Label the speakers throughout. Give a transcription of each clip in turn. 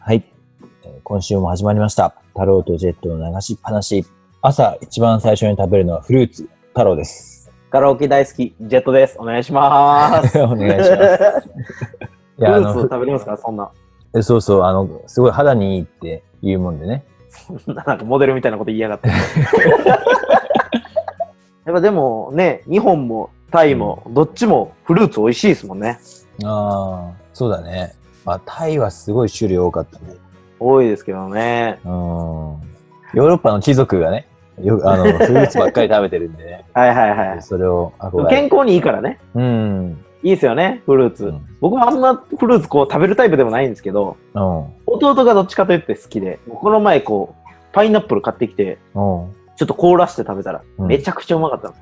Speaker 1: はい。えー今週も始まりました。太郎とジェットの流しっぱなし。朝一番最初に食べるのはフルーツ。太郎です。
Speaker 2: カラオケ大好き、ジェットです。お願いします。
Speaker 1: お願いします。
Speaker 2: す。
Speaker 1: い
Speaker 2: フル
Speaker 1: や、あ
Speaker 2: ーツ
Speaker 1: の
Speaker 2: を食べれますかそんな。
Speaker 1: え、そうそう、あの、すごい肌にいいって言うもんでね。
Speaker 2: なんかモデルみたいなこと言いやがって。や っぱでもね、日本もタイも、どっちもフルーツ美味しいですもんね。
Speaker 1: ああ、そうだね。まあ、タイはすごい種類多かったね。
Speaker 2: 多いですけどね。
Speaker 1: うん。ヨーロッパの貴族がね、よくあ の、フルーツばっかり食べてるんでね。
Speaker 2: はいはいはい。
Speaker 1: それを憧れ
Speaker 2: 健
Speaker 1: る。
Speaker 2: 康にいいからね。
Speaker 1: うん。うん。
Speaker 2: いいですよね、フルーツ。
Speaker 1: うん
Speaker 2: 僕もあんなフルーツこう食べるタイプでもないんですけど、弟がどっちかといって好きで、この前こう、パイナップル買ってきて、
Speaker 1: うん。
Speaker 2: ちょっと凍らして食べたら、
Speaker 1: うん
Speaker 2: めちゃくちゃうまかったんです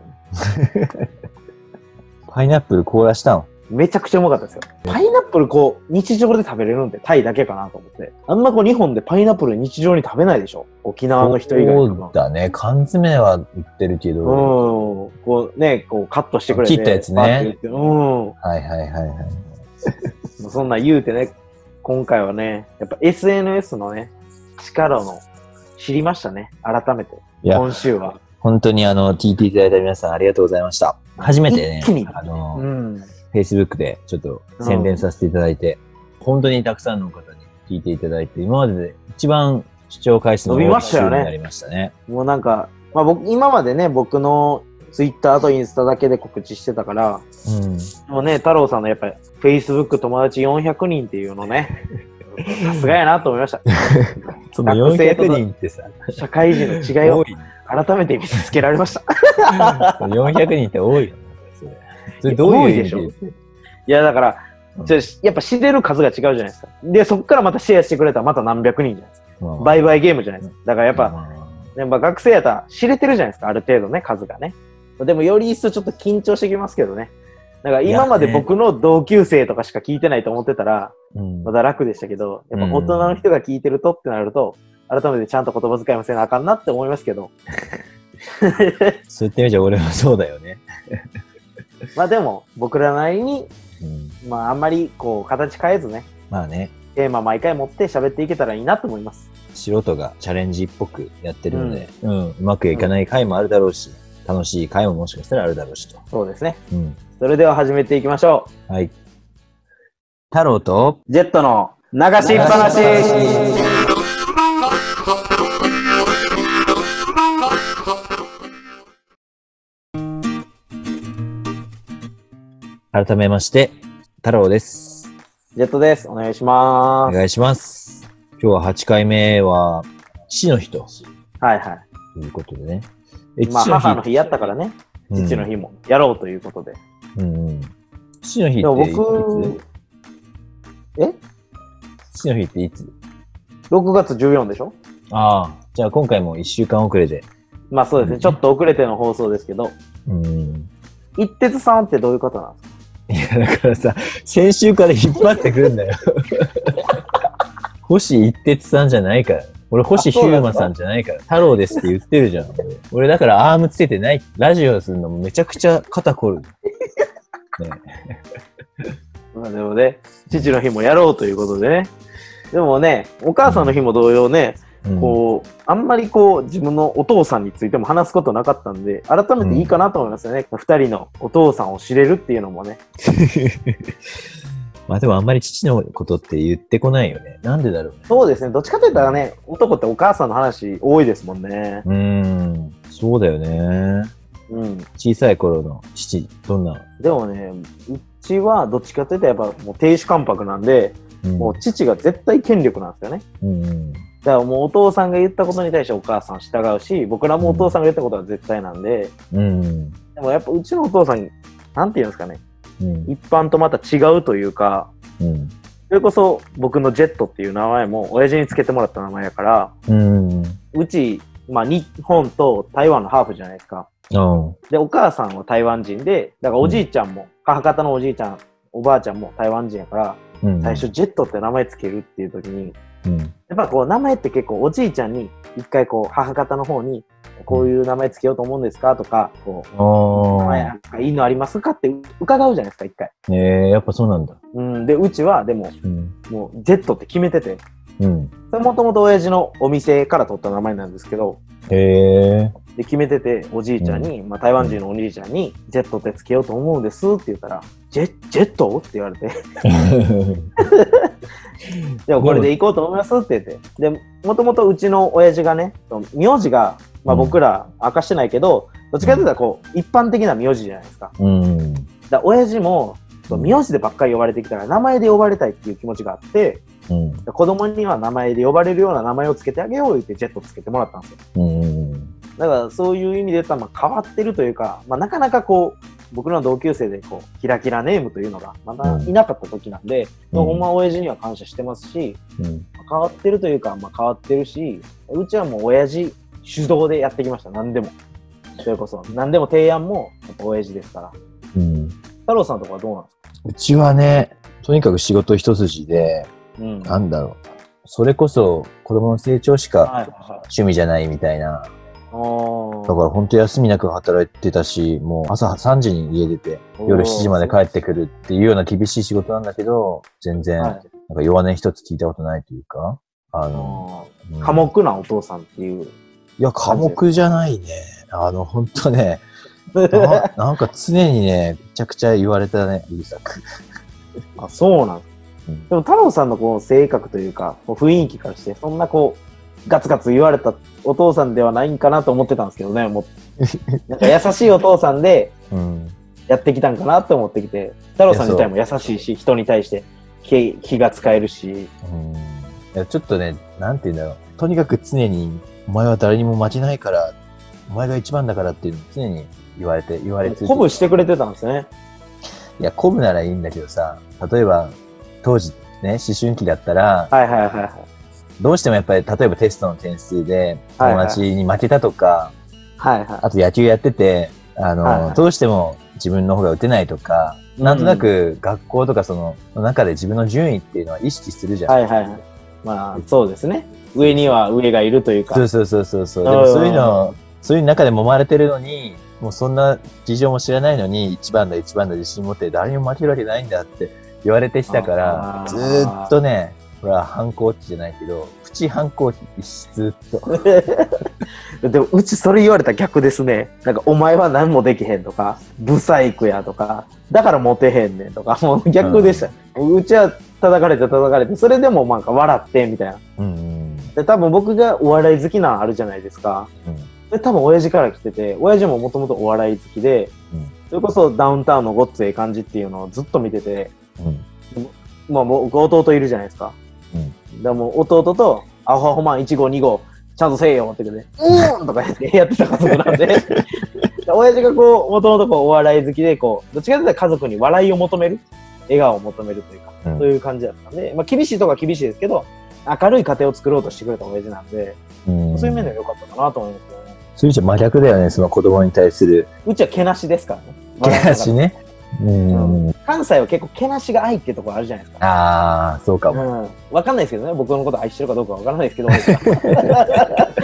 Speaker 2: よね。
Speaker 1: パイナップル凍らしたの
Speaker 2: めちゃくちゃうまかったですよ。パイナップルこう、日常で食べれるんで、タイだけかなと思って。あんまこう、日本でパイナップル日常に食べないでしょ沖縄の人以外
Speaker 1: そう
Speaker 2: の。
Speaker 1: だね。缶詰は売ってるけ
Speaker 2: うん。
Speaker 1: ど。
Speaker 2: こうね、こう、カットしてくれて。
Speaker 1: 切ったやつね
Speaker 2: バーって言ってう
Speaker 1: はいはいはいはい。
Speaker 2: ん。そんなん言うてね、今回はね、やっぱ SNS のね、力の知りましたね。改めて。
Speaker 1: いや
Speaker 2: 今週は。
Speaker 1: 本当にあの、聞いていただいた皆さんありがとうございました。初めてね
Speaker 2: 一気に、
Speaker 1: あの、
Speaker 2: うん。
Speaker 1: Facebook でちょっと宣伝させていただいて、本当にたくさんの方に聞いていただいて、今までで一番視聴回数の多い
Speaker 2: 伸びましたよね
Speaker 1: 週になりましたね。
Speaker 2: もうなんか、まあ僕、今までね、僕のツイッターとインスタだけで告知してたか
Speaker 1: う
Speaker 2: ら、
Speaker 1: ん。
Speaker 2: もうね、太郎さんのやっぱり、Facebook 友達400人っていう のね、さすがやなと思いました。
Speaker 1: その
Speaker 2: 学生と
Speaker 1: 400人ってさ、
Speaker 2: 社会人の違い
Speaker 1: 多
Speaker 2: を
Speaker 1: い。
Speaker 2: 改めて見つけられました。
Speaker 1: 400人って多いよね。それそ れどういう意味
Speaker 2: 多い
Speaker 1: で
Speaker 2: いや、だから
Speaker 1: うん、
Speaker 2: ちょやっぱ知れる数が違うじゃないですか。で、そこからまたシェアしてくれたらまた何百人じゃないですか。
Speaker 1: バ
Speaker 2: バイバイゲームじゃないですか。だからや
Speaker 1: や
Speaker 2: っぱ、やっぱ学生やったら知れてるじゃないですか、ある程度ね、数がね。でもより一層ちょっと緊張してきますけどね。だから今まで僕の同級生とかしか聞いてないと思ってたら、
Speaker 1: うん
Speaker 2: まだ楽でしたけど、やっぱ大人の人が聞いてるとってなると、改めてちゃんと言葉遣いもせなあかんなって思いますけど、
Speaker 1: そう言ってみちゃ俺もそうだよね。
Speaker 2: まあでも、僕らなりに、
Speaker 1: うん
Speaker 2: まああんまりこう、形変えずね、
Speaker 1: まあね、
Speaker 2: テーマ毎回持って喋っていけたらいいなと思います。
Speaker 1: 素人がチャレンジっぽくやってるので、うんうまくいかない回もあるだろうし、楽しい回ももしかしたらあるだろうしと。
Speaker 2: そうですね。
Speaker 1: うん、
Speaker 2: それでは始めていきましょ
Speaker 1: はい。太郎と、
Speaker 2: う。ジェットの流しっぱなし
Speaker 1: 流しっぱなし改めまして、太郎です。
Speaker 2: ジェットです。お願いし
Speaker 1: お
Speaker 2: ます。
Speaker 1: 願いします。今日は8回目は、父の日と
Speaker 2: はいはい。
Speaker 1: いうことでね。え
Speaker 2: まあ、母の日やったからね、父の。日もやろうということで。
Speaker 1: うんうんうん父の日
Speaker 2: でも
Speaker 1: ってい
Speaker 2: 僕
Speaker 1: つ、
Speaker 2: え
Speaker 1: 父の日っていつ
Speaker 2: ?6 月14でしょ
Speaker 1: ああ、じゃあ今回も1週間遅れで。
Speaker 2: まあそうです
Speaker 1: う
Speaker 2: ね、
Speaker 1: ん
Speaker 2: ちょっと遅れての放送ですけど、
Speaker 1: うん。
Speaker 2: 一徹さんってどういう方なんですか
Speaker 1: いや、だからさ、先週から引っ張ってくるんだよ。 星一徹さんじゃないから。俺、星ヒューマさんじゃないから。太郎ですって言ってる じゃん。俺、だからアームつけてない。ラジオするのもめちゃくちゃ肩こる。ね、
Speaker 2: まあでもね、父の日もやろうということでね。でもね、お母さんの日も同様ね、
Speaker 1: うん
Speaker 2: こう、あんまりこう、自分のお父さんについても話すことなかったんで、改めていいかなと思いますよね。二、人のお父さんを知れるっていうのもね。
Speaker 1: まあでもあんまり父のことって言ってこないよね。なんでだろうね。
Speaker 2: そうですね、どっちかといったらね、男ってお母さんの話多いですもんね。
Speaker 1: うーん、そうだよね。
Speaker 2: うん。
Speaker 1: 小さい頃の父、どんな。
Speaker 2: でもね、うちはどっちかというとやっぱもう亭主関白なんで、
Speaker 1: うん、
Speaker 2: もう父が絶対権力なんですよね。
Speaker 1: うんうん、
Speaker 2: だからもうお父さんが言ったことに対してお母さん従うし、僕らもお父さんが言ったことは絶対なんで、
Speaker 1: うん、
Speaker 2: でもやっぱうちのお父さん、なんて言うんですかね、
Speaker 1: うん、
Speaker 2: 一般とまた違うというか、
Speaker 1: うん、
Speaker 2: それこそ僕のジェットっていう名前も親父につけてもらった名前やから、
Speaker 1: うん、
Speaker 2: うち、まあ日本と台湾のハーフじゃないですか。
Speaker 1: うん、
Speaker 2: で、お母さんは台湾人で、だからおじいちゃんも、母方のおじいちゃん、おばあちゃんも台湾人やから、
Speaker 1: うん、
Speaker 2: 最初ジェットって名前つけるっていう時に、
Speaker 1: うん、
Speaker 2: やっぱこう名前って結構おじいちゃんに一回こう母方の方にこういう名前つけようと思うんですかとか、こう、
Speaker 1: あ
Speaker 2: 名前
Speaker 1: ー
Speaker 2: なんかいいのありますかって伺うじゃないですか、一回。
Speaker 1: えー、やっぱそうなんだ。
Speaker 2: うん、で、うちはでも
Speaker 1: うん、
Speaker 2: もうジェットって決めてて、
Speaker 1: うん。
Speaker 2: それもともと親父のお店から取った名前なんですけど、
Speaker 1: へえ。
Speaker 2: で、決めてて、おじいちゃんに、まあ、台湾人のおじいちゃんに、ジェットってつけようと思うんですって言ったら、ジェジェットって言われて、でもこれで行こうと思いますって言って、で、もともとうちの親父がね、名字が、まあ、僕ら明かしてないけど、どっちかというとこう、一般的な名字じゃないですか。
Speaker 1: うん。
Speaker 2: だから親父も、名字でばっかり呼ばれてきたら名前で呼ばれたいっていう気持ちがあって
Speaker 1: うん。
Speaker 2: 子供には名前で呼ばれるような名前をつけてあげようってジェットつけてもらったんですよ
Speaker 1: うん。
Speaker 2: だからそういう意味で言ったらまあ変わってるというか、まあ、なかなかこう僕らの同級生でこうキラキラネームというのがまだいなかった時なんで、
Speaker 1: うん
Speaker 2: まあほんま親父には感謝してますし、
Speaker 1: うん。
Speaker 2: まあ変わってるというか、まあ、変わってるしうちはもう親父主導でやってきました何でもそれこそ何でも提案もやっぱ親父ですから
Speaker 1: うん。
Speaker 2: 太郎さんとかはどうなんですか
Speaker 1: うちはね、とにかく仕事一筋で、
Speaker 2: うん
Speaker 1: なんだろう。それこそ子供の成長しか
Speaker 2: はいはいはい
Speaker 1: 趣味じゃないみたいな。
Speaker 2: あー
Speaker 1: だから本当休みなく働いてたし、もう朝3時に家出て、夜7時まで帰ってくるっていうような厳しい仕事なんだけど、全然、
Speaker 2: はい
Speaker 1: なんか弱音一つ聞いたことないというか、あの、
Speaker 2: あ
Speaker 1: うん
Speaker 2: ー寡黙なお父さんっていう。
Speaker 1: いや、寡黙じゃないね。あの、本当ね、な なんか常にね、めちゃくちゃ言われたね、うるさく。
Speaker 2: あ、そうなん
Speaker 1: うん
Speaker 2: でも太郎さんのこう性格というか、こう雰囲気からして、そんなこう、ガツガツ言われたお父さんではないんかなと思ってたんですけどね、 もう。なんか優しいお父さんで
Speaker 1: うん。
Speaker 2: やってきたんかなって思ってきて、太郎さん自体も優しいし、人に対して気気が使えるし。
Speaker 1: うんいやちょっとね、なんて言うんだろう。とにかく常に、お前は誰にも負けないから、お前が一番だからっていうのを常に言われて、言われて
Speaker 2: 鼓舞してくれてたんですね。
Speaker 1: いや、鼓舞ならいいんだけどさ、例えば、当時ね、思春期だったら、
Speaker 2: はいはいはいはい。
Speaker 1: どうしてもやっぱり、例えばテストの点数で、
Speaker 2: はい
Speaker 1: 友
Speaker 2: はい
Speaker 1: 達に負けたとか、
Speaker 2: はいは
Speaker 1: あと野球やってて、あの、
Speaker 2: はいはい
Speaker 1: どうしても自分の方が打てないとか、
Speaker 2: うん
Speaker 1: なんとなく学校とかその、の中で自分の順位っていうのは意識するじゃ
Speaker 2: い。
Speaker 1: ん。
Speaker 2: はいはいはい。まあ、そうですね。上には上がいるというか。
Speaker 1: そうそうそうそうそう。でもそういうの、そういう中で揉まれてるのに、もうそんな事情も知らないのに、一番だ一番だ自信持って誰にも負けるわけないんだって言われてきたから
Speaker 2: あ、ー
Speaker 1: ずーっとね、これは反抗期じゃないけど、プチ反抗期、ずーっと。
Speaker 2: でもうちそれ言われたら逆ですね。なんかお前は何もできへんとか、ブサイクやとか、だからモテへんねんとか、もう逆でした。うちは叩かれて叩かれて、それでもなんか笑ってみたいな。
Speaker 1: うんうん
Speaker 2: で、多分僕がお笑い好きなのあるじゃないですか。
Speaker 1: うん
Speaker 2: で、多分親父から来てて、親父ももともとお笑い好きで、
Speaker 1: うん
Speaker 2: それこそダウンタウンのごっつええ感じっていうのをずっと見てて、
Speaker 1: うん
Speaker 2: まあ僕弟いるじゃないですか。
Speaker 1: うん
Speaker 2: だからもう弟と、アホアホマン1号2号、ちゃんとせえよって言って、うーんとか言ってやってた家族なんで。親父がこう、もともとこうお笑い好きで、こう、どっちかというと家族に笑いを求める、笑顔を求めるというか、
Speaker 1: うん
Speaker 2: そういう感じだったんで、まあ厳しいとこは厳しいですけど、明るい家庭を作ろうとしてくれた親父なんで、
Speaker 1: うん
Speaker 2: そういう面では良かったかなと思いますけどね。
Speaker 1: それじゃ真逆だよね、その子供に対する。
Speaker 2: うちはけなしですからね。
Speaker 1: けなしね。うん。
Speaker 2: 関西は結構けなしが愛っていうところあるじゃないですか。
Speaker 1: ああ、そうかも。
Speaker 2: うん、わかんないですけどね、僕のこと愛してるかどうかわからない ですけど、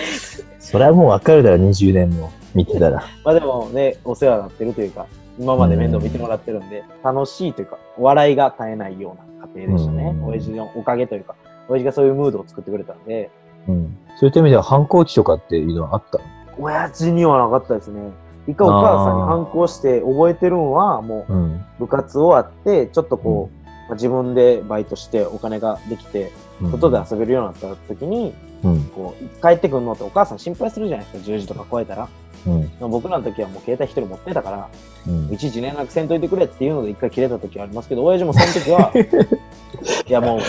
Speaker 1: それはもうわかるだろ、20年も見てたら。
Speaker 2: まあでもね、お世話になってるというか、今まで面倒見てもらってるんで、楽しいというか、笑いが絶えないような家庭でしたね
Speaker 1: う。ん
Speaker 2: 親父のおかげというか、親父がそういうムードを作ってくれたんで、
Speaker 1: うん。そういった意味では反抗期とかっていうのはあった
Speaker 2: 親父にはなかったですね。一回お母さんに反抗して覚えてるんは、もう
Speaker 1: うん。
Speaker 2: 部活終わって、ちょっとこう、まあ自分でバイトしてお金ができて、外で遊べるようになった時に、
Speaker 1: うん。
Speaker 2: こう、帰ってくんのってお母さん心配するじゃないですか、10時とか超えたら。
Speaker 1: うん。
Speaker 2: でも僕らの時はもう携帯一人持ってたから、
Speaker 1: うん。
Speaker 2: いちいち連絡せんといてくれっていうので一回切れた時ありますけど、親父もその 時は、いやもう、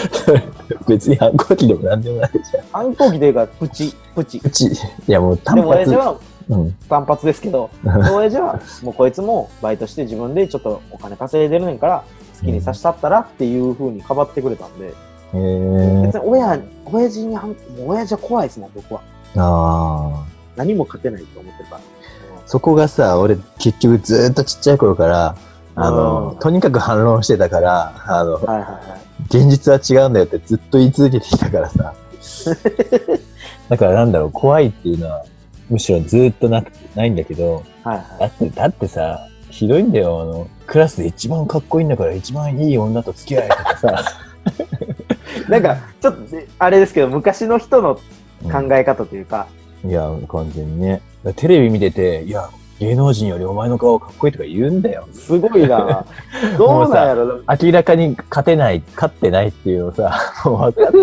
Speaker 1: 別に反抗期でもなんでもないじゃん。
Speaker 2: 反抗期というか、プチ、プチ。
Speaker 1: う
Speaker 2: で
Speaker 1: ち、いやもう単
Speaker 2: も親
Speaker 1: 発
Speaker 2: 父。は
Speaker 1: うん。
Speaker 2: 単発ですけど、親父はもうこいつもバイトして自分でちょっとお金稼いでるねんから、好きにさしたったらっていう風にかばってくれたんで、
Speaker 1: へえ
Speaker 2: 別に親、親父に反、もう親父は怖いですもん、僕は。
Speaker 1: ー。ああ。
Speaker 2: 何も勝てないと思ってるから。
Speaker 1: そこがさ、俺結局ずーっとちっちゃい頃から、あの
Speaker 2: う、ん
Speaker 1: とにかく反論してたから、あの、
Speaker 2: はいはいはい。
Speaker 1: 現実は違うんだよってずっと言い続けてきたから さ。だからなんだろう、怖いっていうのは、むしろずっとなくないんだけど、
Speaker 2: はい
Speaker 1: だ
Speaker 2: はい。
Speaker 1: って、だってさ、ひどいんだよ。あの、クラスで一番かっこいいんだから、一番いい女と付き合えとかさ、
Speaker 2: なんか、ちょっと、あれですけど、昔の人の 考え方というか、
Speaker 1: いや、完全にね。テレビ見てて、いや、芸能人よりお前の顔かっこいいとか言うんだよ。
Speaker 2: すご いな。どうなんやろ
Speaker 1: 明らかに勝てない、勝ってないっていうのさ、 もう分かって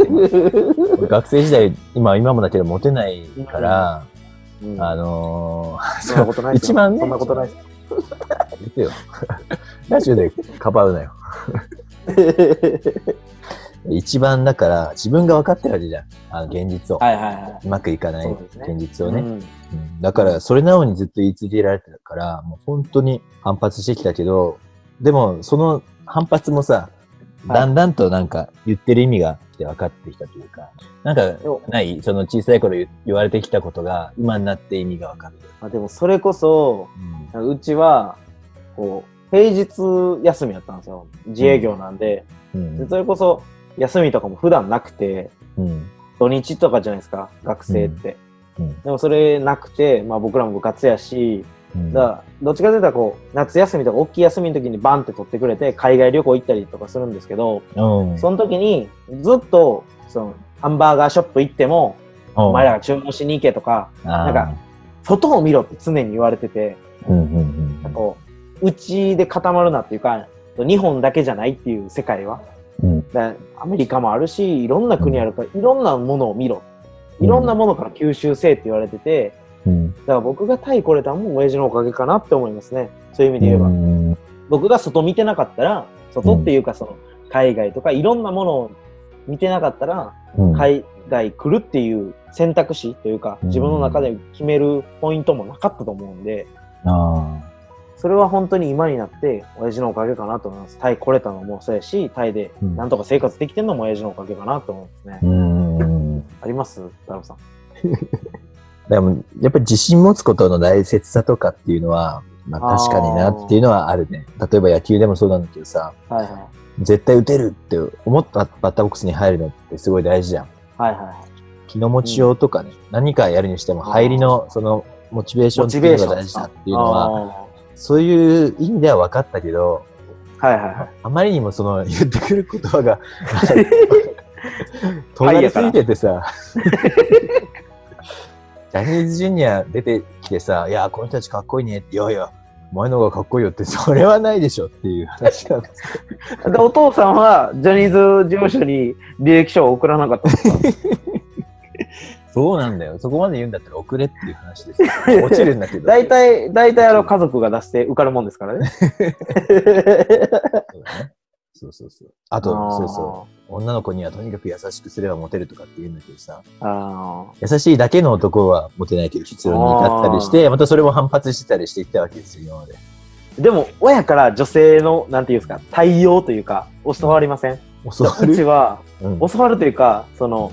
Speaker 1: る俺学生時代、今、今もだけどモテないから、
Speaker 2: うん
Speaker 1: あのー、
Speaker 2: そんなことないですよ
Speaker 1: 一番ね
Speaker 2: そんなことないで
Speaker 1: 言ってよ。 ラジオでかばうなよ。
Speaker 2: す。
Speaker 1: 一番だから、自分が分かってるわけじゃん。あの、現実を。
Speaker 2: はいはいは
Speaker 1: うまくいかない
Speaker 2: そうですね
Speaker 1: 現
Speaker 2: い。
Speaker 1: 実をね。
Speaker 2: うん
Speaker 1: うんだから、それなのにずっと言い続けられてたから、もう本当に反発してきたけど、でも、その反発もさ、
Speaker 2: はい
Speaker 1: だんだんとなんか言ってる意味が来て分かってきたというか、なんか
Speaker 2: でも
Speaker 1: ないその小さい頃言言われてきたことが今になって意味が分かる。
Speaker 2: まあでもそれこそ、
Speaker 1: うん
Speaker 2: うちは、こう、平日休みやったんですよ。自営業なんで。
Speaker 1: うん
Speaker 2: でそれこそ、休みとかも普段なくて、
Speaker 1: うん
Speaker 2: 土日とかじゃないですか、学生って。
Speaker 1: うん
Speaker 2: でもそれなくて、まあ僕らも部活やし、
Speaker 1: うん
Speaker 2: だからどっちかというとこう、夏休みとか大きい休みの時にバンって取ってくれて、海外旅行行ったりとかするんですけど、
Speaker 1: うん
Speaker 2: その時にずっと、その、ハンバーガーショップ行っても、お前らが注文しに行けとか、
Speaker 1: あー
Speaker 2: なんか外を見ろって常に言われてて、
Speaker 1: うんうんうんうん
Speaker 2: こう、内で固まるなっていうか、日本だけじゃないっていう世界は。
Speaker 1: うん
Speaker 2: だからアメリカもあるし、いろんな国あるから、いろんなものを見ろ。いろんなものから吸収せえって言われてて、
Speaker 1: うん
Speaker 2: だから僕がタイ来れたのも親父のおかげかなって思いますね。そういう意味で言えば。
Speaker 1: うん
Speaker 2: 僕が外見てなかったら、外っていうかその、海外とかいろんなものを見てなかったら、
Speaker 1: うん
Speaker 2: 海外来るっていう選択肢というか、
Speaker 1: うん
Speaker 2: 自分の中で決めるポイントもなかったと思うんで、
Speaker 1: あ
Speaker 2: それは本当に今になって、親父のおかげかなと思います。タイ来れたのもそうやし、タイで
Speaker 1: うん
Speaker 2: なんとか生活できてるのも親父のおかげかなと思うんです
Speaker 1: ー。
Speaker 2: ね
Speaker 1: うん
Speaker 2: あります太郎さん。
Speaker 1: でも、やっぱり自信持つことの大切さとかっていうのは、まあ
Speaker 2: あー
Speaker 1: 確かになっていうのはあるね。例えば野球でもそうなんだけどさ、
Speaker 2: はいは
Speaker 1: 絶対打てるって思ったバッターボックスに入るのってすごい大事じゃん。
Speaker 2: い。はいはい。
Speaker 1: 気の持ちようとかね、何かやるにしても入りのそのモチベーション
Speaker 2: モ
Speaker 1: って
Speaker 2: チ
Speaker 1: い
Speaker 2: ベ
Speaker 1: う
Speaker 2: ーシ
Speaker 1: の
Speaker 2: ョン
Speaker 1: が
Speaker 2: で
Speaker 1: 大
Speaker 2: す
Speaker 1: 事
Speaker 2: か
Speaker 1: だっていうのは、
Speaker 2: あ
Speaker 1: そういう意味では分かったけど、
Speaker 2: ーはいはいはい。
Speaker 1: あまりにもそ の言ってくる言葉 が、尖りすぎてて さ、ジャニーズジュニア出てきてさ、いや、この人たちかっこいいねって、いやいや、お前の方がかっこいいよって、それはないでしょっていう話なんです
Speaker 2: でお父さんはジャニーズ事務所に履歴書を送らなかったんですか
Speaker 1: そうなんだよ。そこまで言うんだったら遅れっていう話です よ。落ちるんだけど。
Speaker 2: 大体、大体あの家族が出して受かるもんですからね。
Speaker 1: そうだね。そうそうそう。 あと、そうそう。女の子にはとにかく優しくすればモテるとかって言うんだけどさ、
Speaker 2: う。あ
Speaker 1: 優しいだけの男はモテないけど、必要に至ったりして、またそれも反発してたりしていったわけですよ、今まで。
Speaker 2: ーでも、親から女性の、なんていうんですか、対応というか、教わりません
Speaker 1: 教わ
Speaker 2: うち
Speaker 1: る。
Speaker 2: は、
Speaker 1: うん
Speaker 2: 教わるというか、その、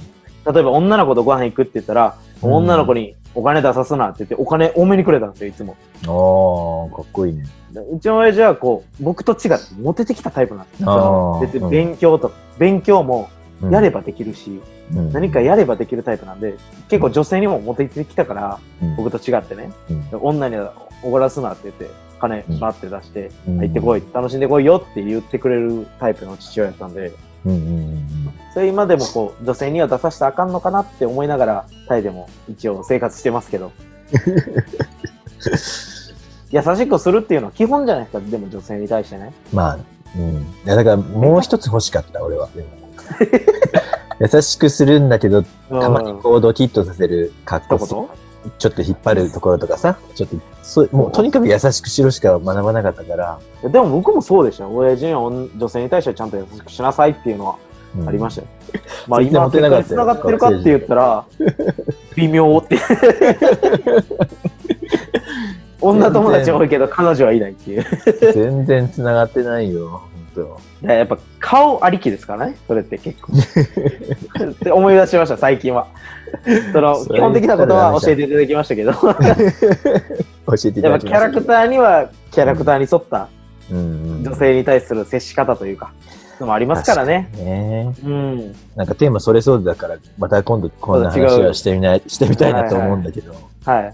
Speaker 2: 例えば女の子とご飯行くって言ったら、
Speaker 1: うん
Speaker 2: 女の子にお金出さすなって言って、お金多めにくれたんですよ、いつも。
Speaker 1: ああ、かっこいいね。
Speaker 2: うちの親父は、こう、僕と違って、モテてきたタイプなんですよ。
Speaker 1: あー
Speaker 2: その別
Speaker 1: う
Speaker 2: に
Speaker 1: ん
Speaker 2: 勉強と、勉強も
Speaker 1: うん
Speaker 2: やれ、ばできるし、
Speaker 1: うん
Speaker 2: 何か、やればできるタイプなんで、結構女性にもモテてきたから、
Speaker 1: うん
Speaker 2: 僕と違ってね、
Speaker 1: うん
Speaker 2: 女にはおごらすなって言って、金バって出して、
Speaker 1: うん
Speaker 2: 入ってこい、楽しんでこいよって言ってくれるタイプの父親だったんで、
Speaker 1: うんうん
Speaker 2: それ今でもこう、女性には出させたらあかんのかなって思いながら、タイでも一応生活してますけど。 優しくするっていうのは基本じゃないですか、でも女性に対してね。
Speaker 1: まあ、うん。いや、だからもう一つ欲しかった、俺は。 でも優しくするんだけど、たまにこうドキッとさせる格好
Speaker 2: 一言
Speaker 1: ちょっと引っ張るところとかさ、ちょっと、そうもうとにかく優しくしろしか学ばなかったから、
Speaker 2: いやでも僕もそうでしたよ。親父には女女性に対してはちゃんと優しくしなさいっていうのは
Speaker 1: うん
Speaker 2: あり ましたよ。まあ
Speaker 1: 全然
Speaker 2: 今、
Speaker 1: モテ
Speaker 2: 結
Speaker 1: なかっ
Speaker 2: 果
Speaker 1: たよ
Speaker 2: につながってるかって言ったら、微妙 って。女友達多いけど彼女はいないっていう。
Speaker 1: 全然繋がってないよ、本当。
Speaker 2: いややっぱ顔ありきですからね、それって結 構。って思い出しました、最近は。その
Speaker 1: それ
Speaker 2: 基本的なことは教えていただきま したけど、やっ
Speaker 1: 教えていた
Speaker 2: ぱ
Speaker 1: だ
Speaker 2: キ
Speaker 1: き
Speaker 2: ャ
Speaker 1: ました
Speaker 2: ラクターにはキャラクターに沿った
Speaker 1: うんうん
Speaker 2: 女性に対する接し方というか、のもありますからね。
Speaker 1: ね
Speaker 2: うん。
Speaker 1: なんかテーマそれそうだから、また今度こんな
Speaker 2: また
Speaker 1: 話
Speaker 2: 違う
Speaker 1: をしてみない、してみたいなと思うんだけど。
Speaker 2: はい。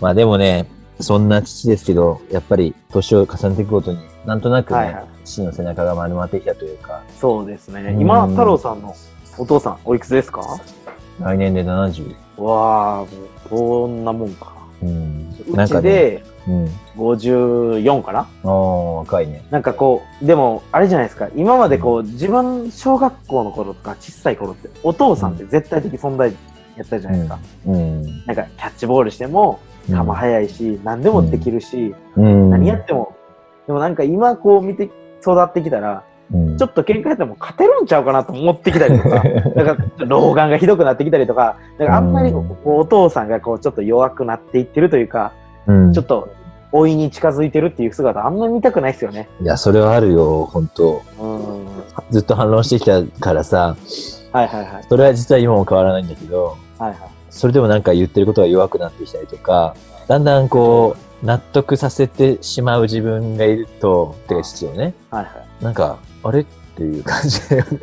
Speaker 1: まあでもね、そんな父ですけど、やっぱり年を重ねていくごとに、なんとなくね、
Speaker 2: はいはい
Speaker 1: 父の背中が丸まってきたというか、
Speaker 2: そうですね。
Speaker 1: うん
Speaker 2: 今、太郎さんのお父さん、おいくつですか
Speaker 1: 来年で70。
Speaker 2: わあ、もうこんなもんか。
Speaker 1: うん。な
Speaker 2: うん
Speaker 1: か
Speaker 2: ち
Speaker 1: ね、
Speaker 2: で
Speaker 1: うん。
Speaker 2: 54かな
Speaker 1: ああ、若いね。
Speaker 2: なんかこう、でも、あれじゃないですか、今までこう、自分、小学校の頃とか、小さい頃って、お父さんって絶対的存在やったじゃないですか。
Speaker 1: うん。
Speaker 2: なんか、キャッチボールしても、
Speaker 1: うん
Speaker 2: 球速いし、何でもできるし、
Speaker 1: うん。
Speaker 2: 何やっても。でもなんか、今こう見て、育ってきたら、
Speaker 1: うん、
Speaker 2: ちょっと喧嘩やっても勝てるんちゃうかなと思ってきたりとか、なんか老眼がひどくなってきたりとか、なんかあんまりこう
Speaker 1: うん
Speaker 2: こうお父さんがこうちょっと弱くなっていってるというか、
Speaker 1: うん、
Speaker 2: ちょっと老いに近づいてるっていう姿あんまり見たくないですよね。
Speaker 1: いや、それはあるよ、本当
Speaker 2: うん。はい
Speaker 1: ずっと反論してきたからさ、
Speaker 2: はいはい。はい
Speaker 1: それは実は今も変わらないんだけど、
Speaker 2: はい。
Speaker 1: それでもなんか言ってることが弱くなってきたりとか、だんだんこう、納得させてしまう自分がいると、てか父をね、
Speaker 2: はいはい。
Speaker 1: なんか、あれっていう感じだよね。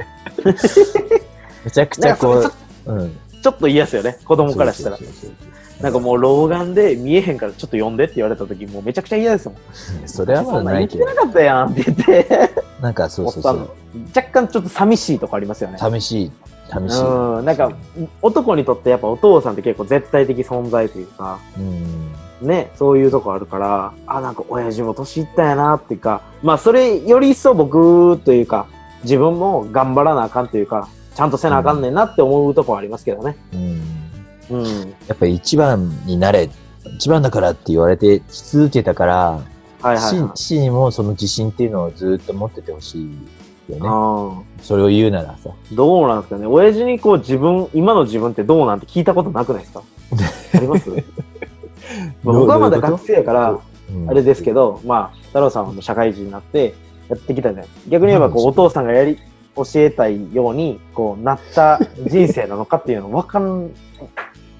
Speaker 1: めちゃくち
Speaker 2: な
Speaker 1: ゃ
Speaker 2: んかそれち
Speaker 1: こ
Speaker 2: ょ
Speaker 1: う、うん。
Speaker 2: ちょっと嫌ですよね、子供からしたら
Speaker 1: そう。そうそうそう
Speaker 2: なんかもう老眼で見えへんからちょっと呼んでって言われた時もうめちゃくちゃ嫌ですもん。
Speaker 1: それはまだないけど
Speaker 2: そんん言ってなかったやんって言って、
Speaker 1: なんかそうそうそう
Speaker 2: 若干ちょっと寂しいとこありますよね。
Speaker 1: 寂しい寂しい
Speaker 2: うん、なんか男にとってやっぱお父さんって結構絶対的存在というか、
Speaker 1: うん
Speaker 2: ね、そういうとこあるから、あ、なんか親父も年いったんやなっていうか、まあそれより一層僕というか、自分も頑張らなあかんというか、ちゃんとせなあかんねんなって思うとこはありますけどね。
Speaker 1: うん
Speaker 2: うん。
Speaker 1: やっぱり一番になれ一番だからって言われてし続けたから
Speaker 2: はいはい、はい。
Speaker 1: 父父にもその自信っていうのをずっと持っててほしいよね
Speaker 2: あ
Speaker 1: それを言うならさ
Speaker 2: ーどうなんですかね。親父にこう自分、今の自分ってどうなんて聞いたことなくないですかあ ります僕はまだ学生やから、あれですけ
Speaker 1: ど
Speaker 2: ど、まあ、太郎さんはもう社会人になってやってきたじゃない逆に言えばこう、
Speaker 1: うん
Speaker 2: お父さんがやり教えたいようにこうなった人生なのかっていうのわかん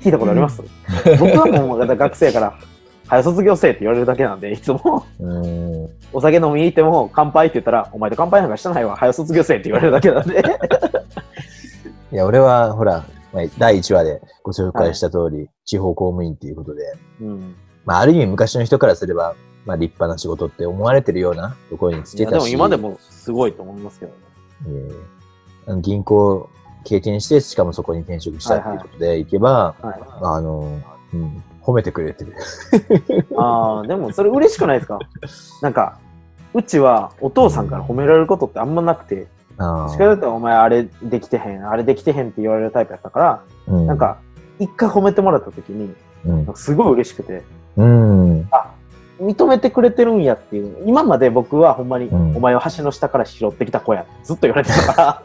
Speaker 2: 聞いたことあります僕はもうまだ学生やから早卒業生って言われるだけなんでいつも
Speaker 1: うんうん
Speaker 2: お酒飲みに行っても乾杯って言ったらお前と乾杯なんかしてないわ早卒業生って言われるだけなんで
Speaker 1: いや俺はほらまあ第1話でご紹介した通り、地方公務員っていうことで、
Speaker 2: うん
Speaker 1: まあ、ある意味昔の人からすれば、まあ、立派な仕事って思われてるようなところにつ
Speaker 2: い
Speaker 1: け
Speaker 2: やで
Speaker 1: た
Speaker 2: も
Speaker 1: し
Speaker 2: 今でもすごいと思いますけどね
Speaker 1: えーあの銀行経験して、しかもそこに転職したっていうことで行けば、
Speaker 2: はい
Speaker 1: あの、うん、褒めてくれてる。
Speaker 2: ああ、でもそれ嬉しくないですかなんか、うちはお父さんから褒められることってあんまなくて、
Speaker 1: あー
Speaker 2: しかだったらお前あれできてへん、あれできてへんって言われるタイプやったから、
Speaker 1: う
Speaker 2: なん、か、一回褒めてもらった時に、
Speaker 1: うん
Speaker 2: なんかすごい嬉しくて、
Speaker 1: うん、
Speaker 2: あ、認めてくれてるんやっていう、今まで僕はほんまに、
Speaker 1: うん
Speaker 2: お前は橋の下から拾ってきた子や、ずっと言われてたから。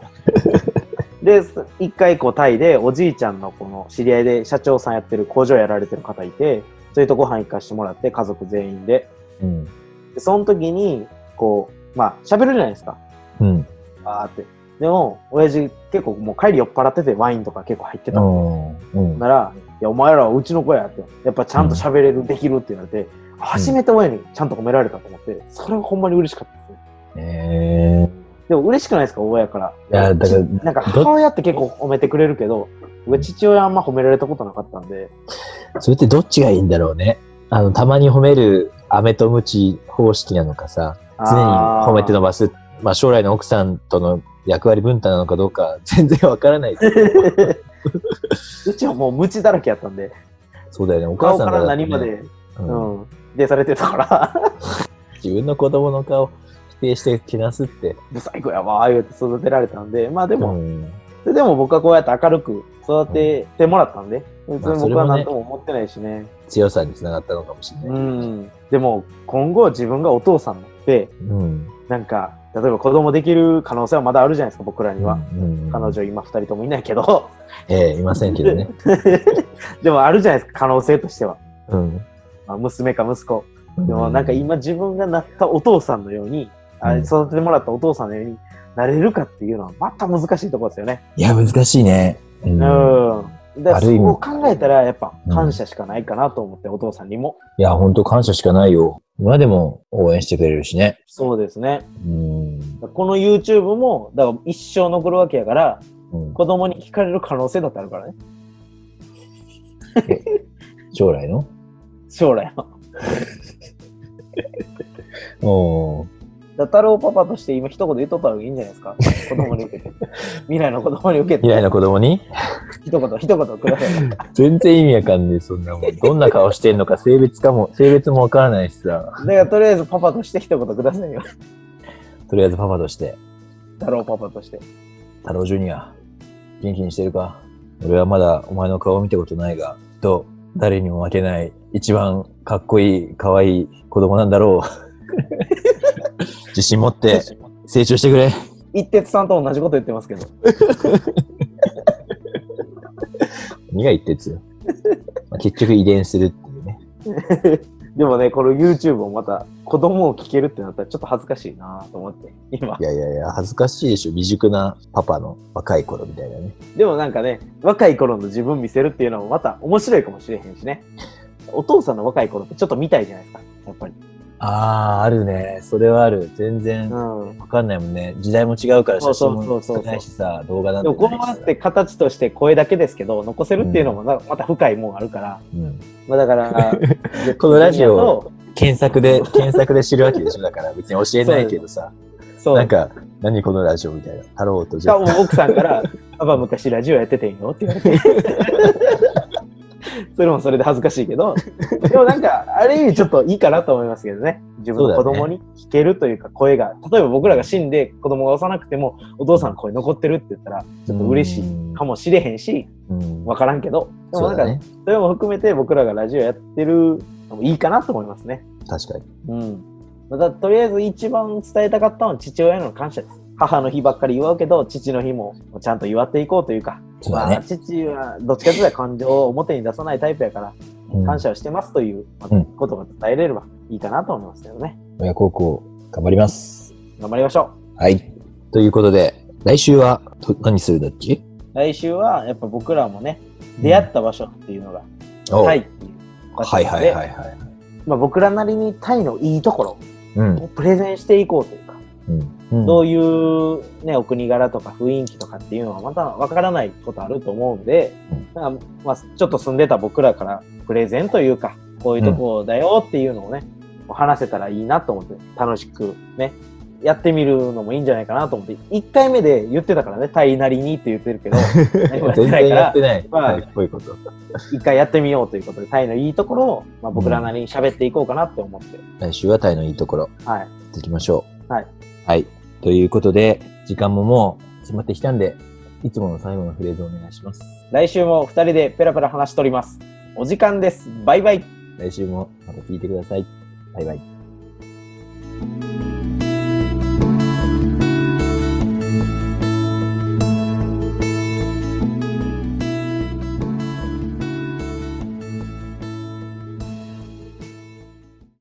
Speaker 2: で、す一回こうタイでおじいちゃんのこの知り合いで社長さんやってる工場やられてる方いて、そういうとご飯行かしてもらって家族全員で、
Speaker 1: うん、
Speaker 2: で、その時に、こう、まあ、喋るじゃないですか。
Speaker 1: うん、
Speaker 2: あーって。でも、親父結構もう帰り酔っ払っててワインとか結構入ってたの。
Speaker 1: うん、
Speaker 2: なら、いや、お前らはうちの子やって。やっぱちゃんと喋れる、できるって言われて、初めて親にちゃんと褒められたと思って、それはほんまに嬉しかったですね。
Speaker 1: え
Speaker 2: でも嬉しくないですか、親から。
Speaker 1: いやだから
Speaker 2: ちなんか母親って結構褒めてくれるけど、俺父親あんま褒められたことなかったんで、
Speaker 1: ー、それってどっちがいいんだろうね。あの、たまに褒める飴と鞭方式なのかさ、常に
Speaker 2: あー
Speaker 1: 褒めて伸ばす、まあ将来の奥さんとの役割分担なのかどうか 全然わからないけど。
Speaker 2: うちはもう無知だらけやったんで、
Speaker 1: そうだよね、お母
Speaker 2: 顔
Speaker 1: さ
Speaker 2: か
Speaker 1: んが
Speaker 2: ら
Speaker 1: だってね
Speaker 2: 何まで、
Speaker 1: う
Speaker 2: うんん、でされてたから。
Speaker 1: 自分の子供の顔否定してけなすって。
Speaker 2: 不細工やわー言うて育てられたんで、まあでも、
Speaker 1: うん
Speaker 2: それでも僕はこうやって明るく育ててもらったんで、別に
Speaker 1: それ
Speaker 2: 僕
Speaker 1: も
Speaker 2: は
Speaker 1: ね
Speaker 2: 何とも思ってないしね。
Speaker 1: 強さにつながったのかもしれ
Speaker 2: う
Speaker 1: ない。
Speaker 2: ん。でも、今後自分がお父さんになって、
Speaker 1: うん。
Speaker 2: なんか、例えば子供できる可能性はまだあるじゃないですか、僕らには。
Speaker 1: うん、
Speaker 2: 彼女今二人ともいないけど、
Speaker 1: ええいませんけどね。
Speaker 2: でもあるじゃないですか、可能性としては。
Speaker 1: うん。
Speaker 2: まあ、娘か息子。
Speaker 1: で
Speaker 2: でもなんか、今自分がなったお父さんのように、あ
Speaker 1: うん
Speaker 2: 育ててもらったお父さんのようになれるかっていうのはまた難しいところですよね。
Speaker 1: いや、難しいね。うん
Speaker 2: うん。だから
Speaker 1: あ
Speaker 2: そ
Speaker 1: る意味
Speaker 2: う考えたら、やっぱ感謝しかないかなと思って、お父さんにも。
Speaker 1: いや、本当感謝しかないよ。今でも応援してくれるしね。
Speaker 2: そうですね。
Speaker 1: うん。
Speaker 2: この YouTube も、だから一生残るわけやから、
Speaker 1: うん
Speaker 2: 子供に聞かれる可能性だってあるからね。
Speaker 1: 将来の
Speaker 2: 将来は。
Speaker 1: おー
Speaker 2: だ太郎パパとして今一言言っとった方がいいんじゃないですか子供に受け て。未来の子供に受けて。
Speaker 1: 未来の子供に
Speaker 2: 一言、一言ください。
Speaker 1: 全然意味わかんねえ、そんなもん。どんな顔してんのか、性別かも、性別もわからないしさ。
Speaker 2: だからとりあえずパパとして一言くださいよ。
Speaker 1: とりあえずパパとして、
Speaker 2: 太郎パパとして。
Speaker 1: 太郎ジュニア、元気にしてるか俺はまだお前の顔を見たことないが、きっと誰にも負けない、一番かっこいい、可愛い子供なんだろ う。自信持って成長してくれ。
Speaker 2: 一徹さんと同じこと言ってますけど。
Speaker 1: 何が言ってんすよ。 まあ結局遺伝するっていうね。
Speaker 2: でもね、この YouTube をまた子供を聞けるってなったらちょっと恥ずかしいなと思って、今
Speaker 1: い。やいやいや、恥ずかしいでしょ。未熟なパパの若い頃みたいなね。
Speaker 2: でもなんかね、若い頃の自分見せるっていうのもまた面白いかもしれへんしね。お父さんの若い頃ってちょっと見たいじゃないですか、やっぱり。
Speaker 1: ああ、あるね。それはある。全然わ
Speaker 2: うん。
Speaker 1: かんないもんね。時代も違うから
Speaker 2: そ
Speaker 1: 写
Speaker 2: うそ
Speaker 1: 真
Speaker 2: うそう
Speaker 1: も
Speaker 2: そ
Speaker 1: 少
Speaker 2: う
Speaker 1: ないしさ、動画なん
Speaker 2: で
Speaker 1: て
Speaker 2: も
Speaker 1: ない
Speaker 2: 子
Speaker 1: し
Speaker 2: 供
Speaker 1: さ
Speaker 2: って形として声だけですけど、残せるっていうのもなまた深いもんあるから。
Speaker 1: うん。
Speaker 2: まあだ から、
Speaker 1: このラジオ
Speaker 2: を
Speaker 1: 検索 で、検索で知るわけでしょ。だから別に教えないけどさ。
Speaker 2: そう。
Speaker 1: なんか、何このラジオみたいな。太郎と
Speaker 2: し
Speaker 1: ジ
Speaker 2: か
Speaker 1: ェ
Speaker 2: も奥さんから、 パパ昔ラジオやっててんよって言われて。 それもそれで恥ずかしいけど、でもなんか、ある意味ちょっといいかなと思いますけどね。自分の子供に聞けるというか声が、例えば僕らが死んで子供が幼くても、お父さんの声残ってるって言ったら、ちょっと嬉しいか
Speaker 1: も。
Speaker 2: もしれへんし、
Speaker 1: うん
Speaker 2: わからんけど、でも
Speaker 1: そう
Speaker 2: な
Speaker 1: ん
Speaker 2: か、
Speaker 1: だ
Speaker 2: そ
Speaker 1: ね。
Speaker 2: れも含めて僕らがラジオやってるのもいいかなと思いますね。
Speaker 1: 確かに。
Speaker 2: うん。また、とりあえず一番伝えたかったのは父親への感謝です。母の日ばっかり祝うけど、父の日もちゃんと祝っていこうというか、
Speaker 1: そうだ
Speaker 2: まあ、
Speaker 1: ね。
Speaker 2: 父はどっちかというと感情を表に出さないタイプやから、
Speaker 1: うん
Speaker 2: 感謝をしてますというまあ
Speaker 1: うん
Speaker 2: ことが伝えれればいいかなと思いますけどね。
Speaker 1: 親孝行、頑張ります。
Speaker 2: 頑張りましょ
Speaker 1: はい。ということで、来週はと何するだっけ
Speaker 2: う。来週はやっぱ僕らもね、出会った場所っていうのが
Speaker 1: お
Speaker 2: タイっていう場所
Speaker 1: はい
Speaker 2: なの
Speaker 1: は
Speaker 2: で、
Speaker 1: いはいはい。
Speaker 2: まあ、僕らなりにタイのいいところ
Speaker 1: うん
Speaker 2: をプレゼンしていこうというか、
Speaker 1: うん
Speaker 2: どういう、ね、お国柄とか雰囲気とかっていうのはまたわからないことあると思うんで、なんかまあ、ちょっと住んでた僕らからプレゼンというかこういうとこだよっていうのをね、話せたらいいなと思って楽しくねやってみるのもいいんじゃないかなと思って1回目で言ってたからねタイなりにって言ってる けど
Speaker 1: 全然やってない。
Speaker 2: まあ
Speaker 1: タイっぽいこと。
Speaker 2: 一回やってみようということでタイのいいところを、まあ、僕らなりに喋っていこうかなって思って、
Speaker 1: 来週はタイのいいところ、
Speaker 2: はい、
Speaker 1: やっていきましょう。
Speaker 2: はい。
Speaker 1: はい。ということで、時間ももう迫ってきたんで、いつもの最後のフレーズをお願いします。
Speaker 2: 来週も2人でペラペラ話しとりますお時間ですバイバイ
Speaker 1: 来週もまた聞いてください。バイバイ。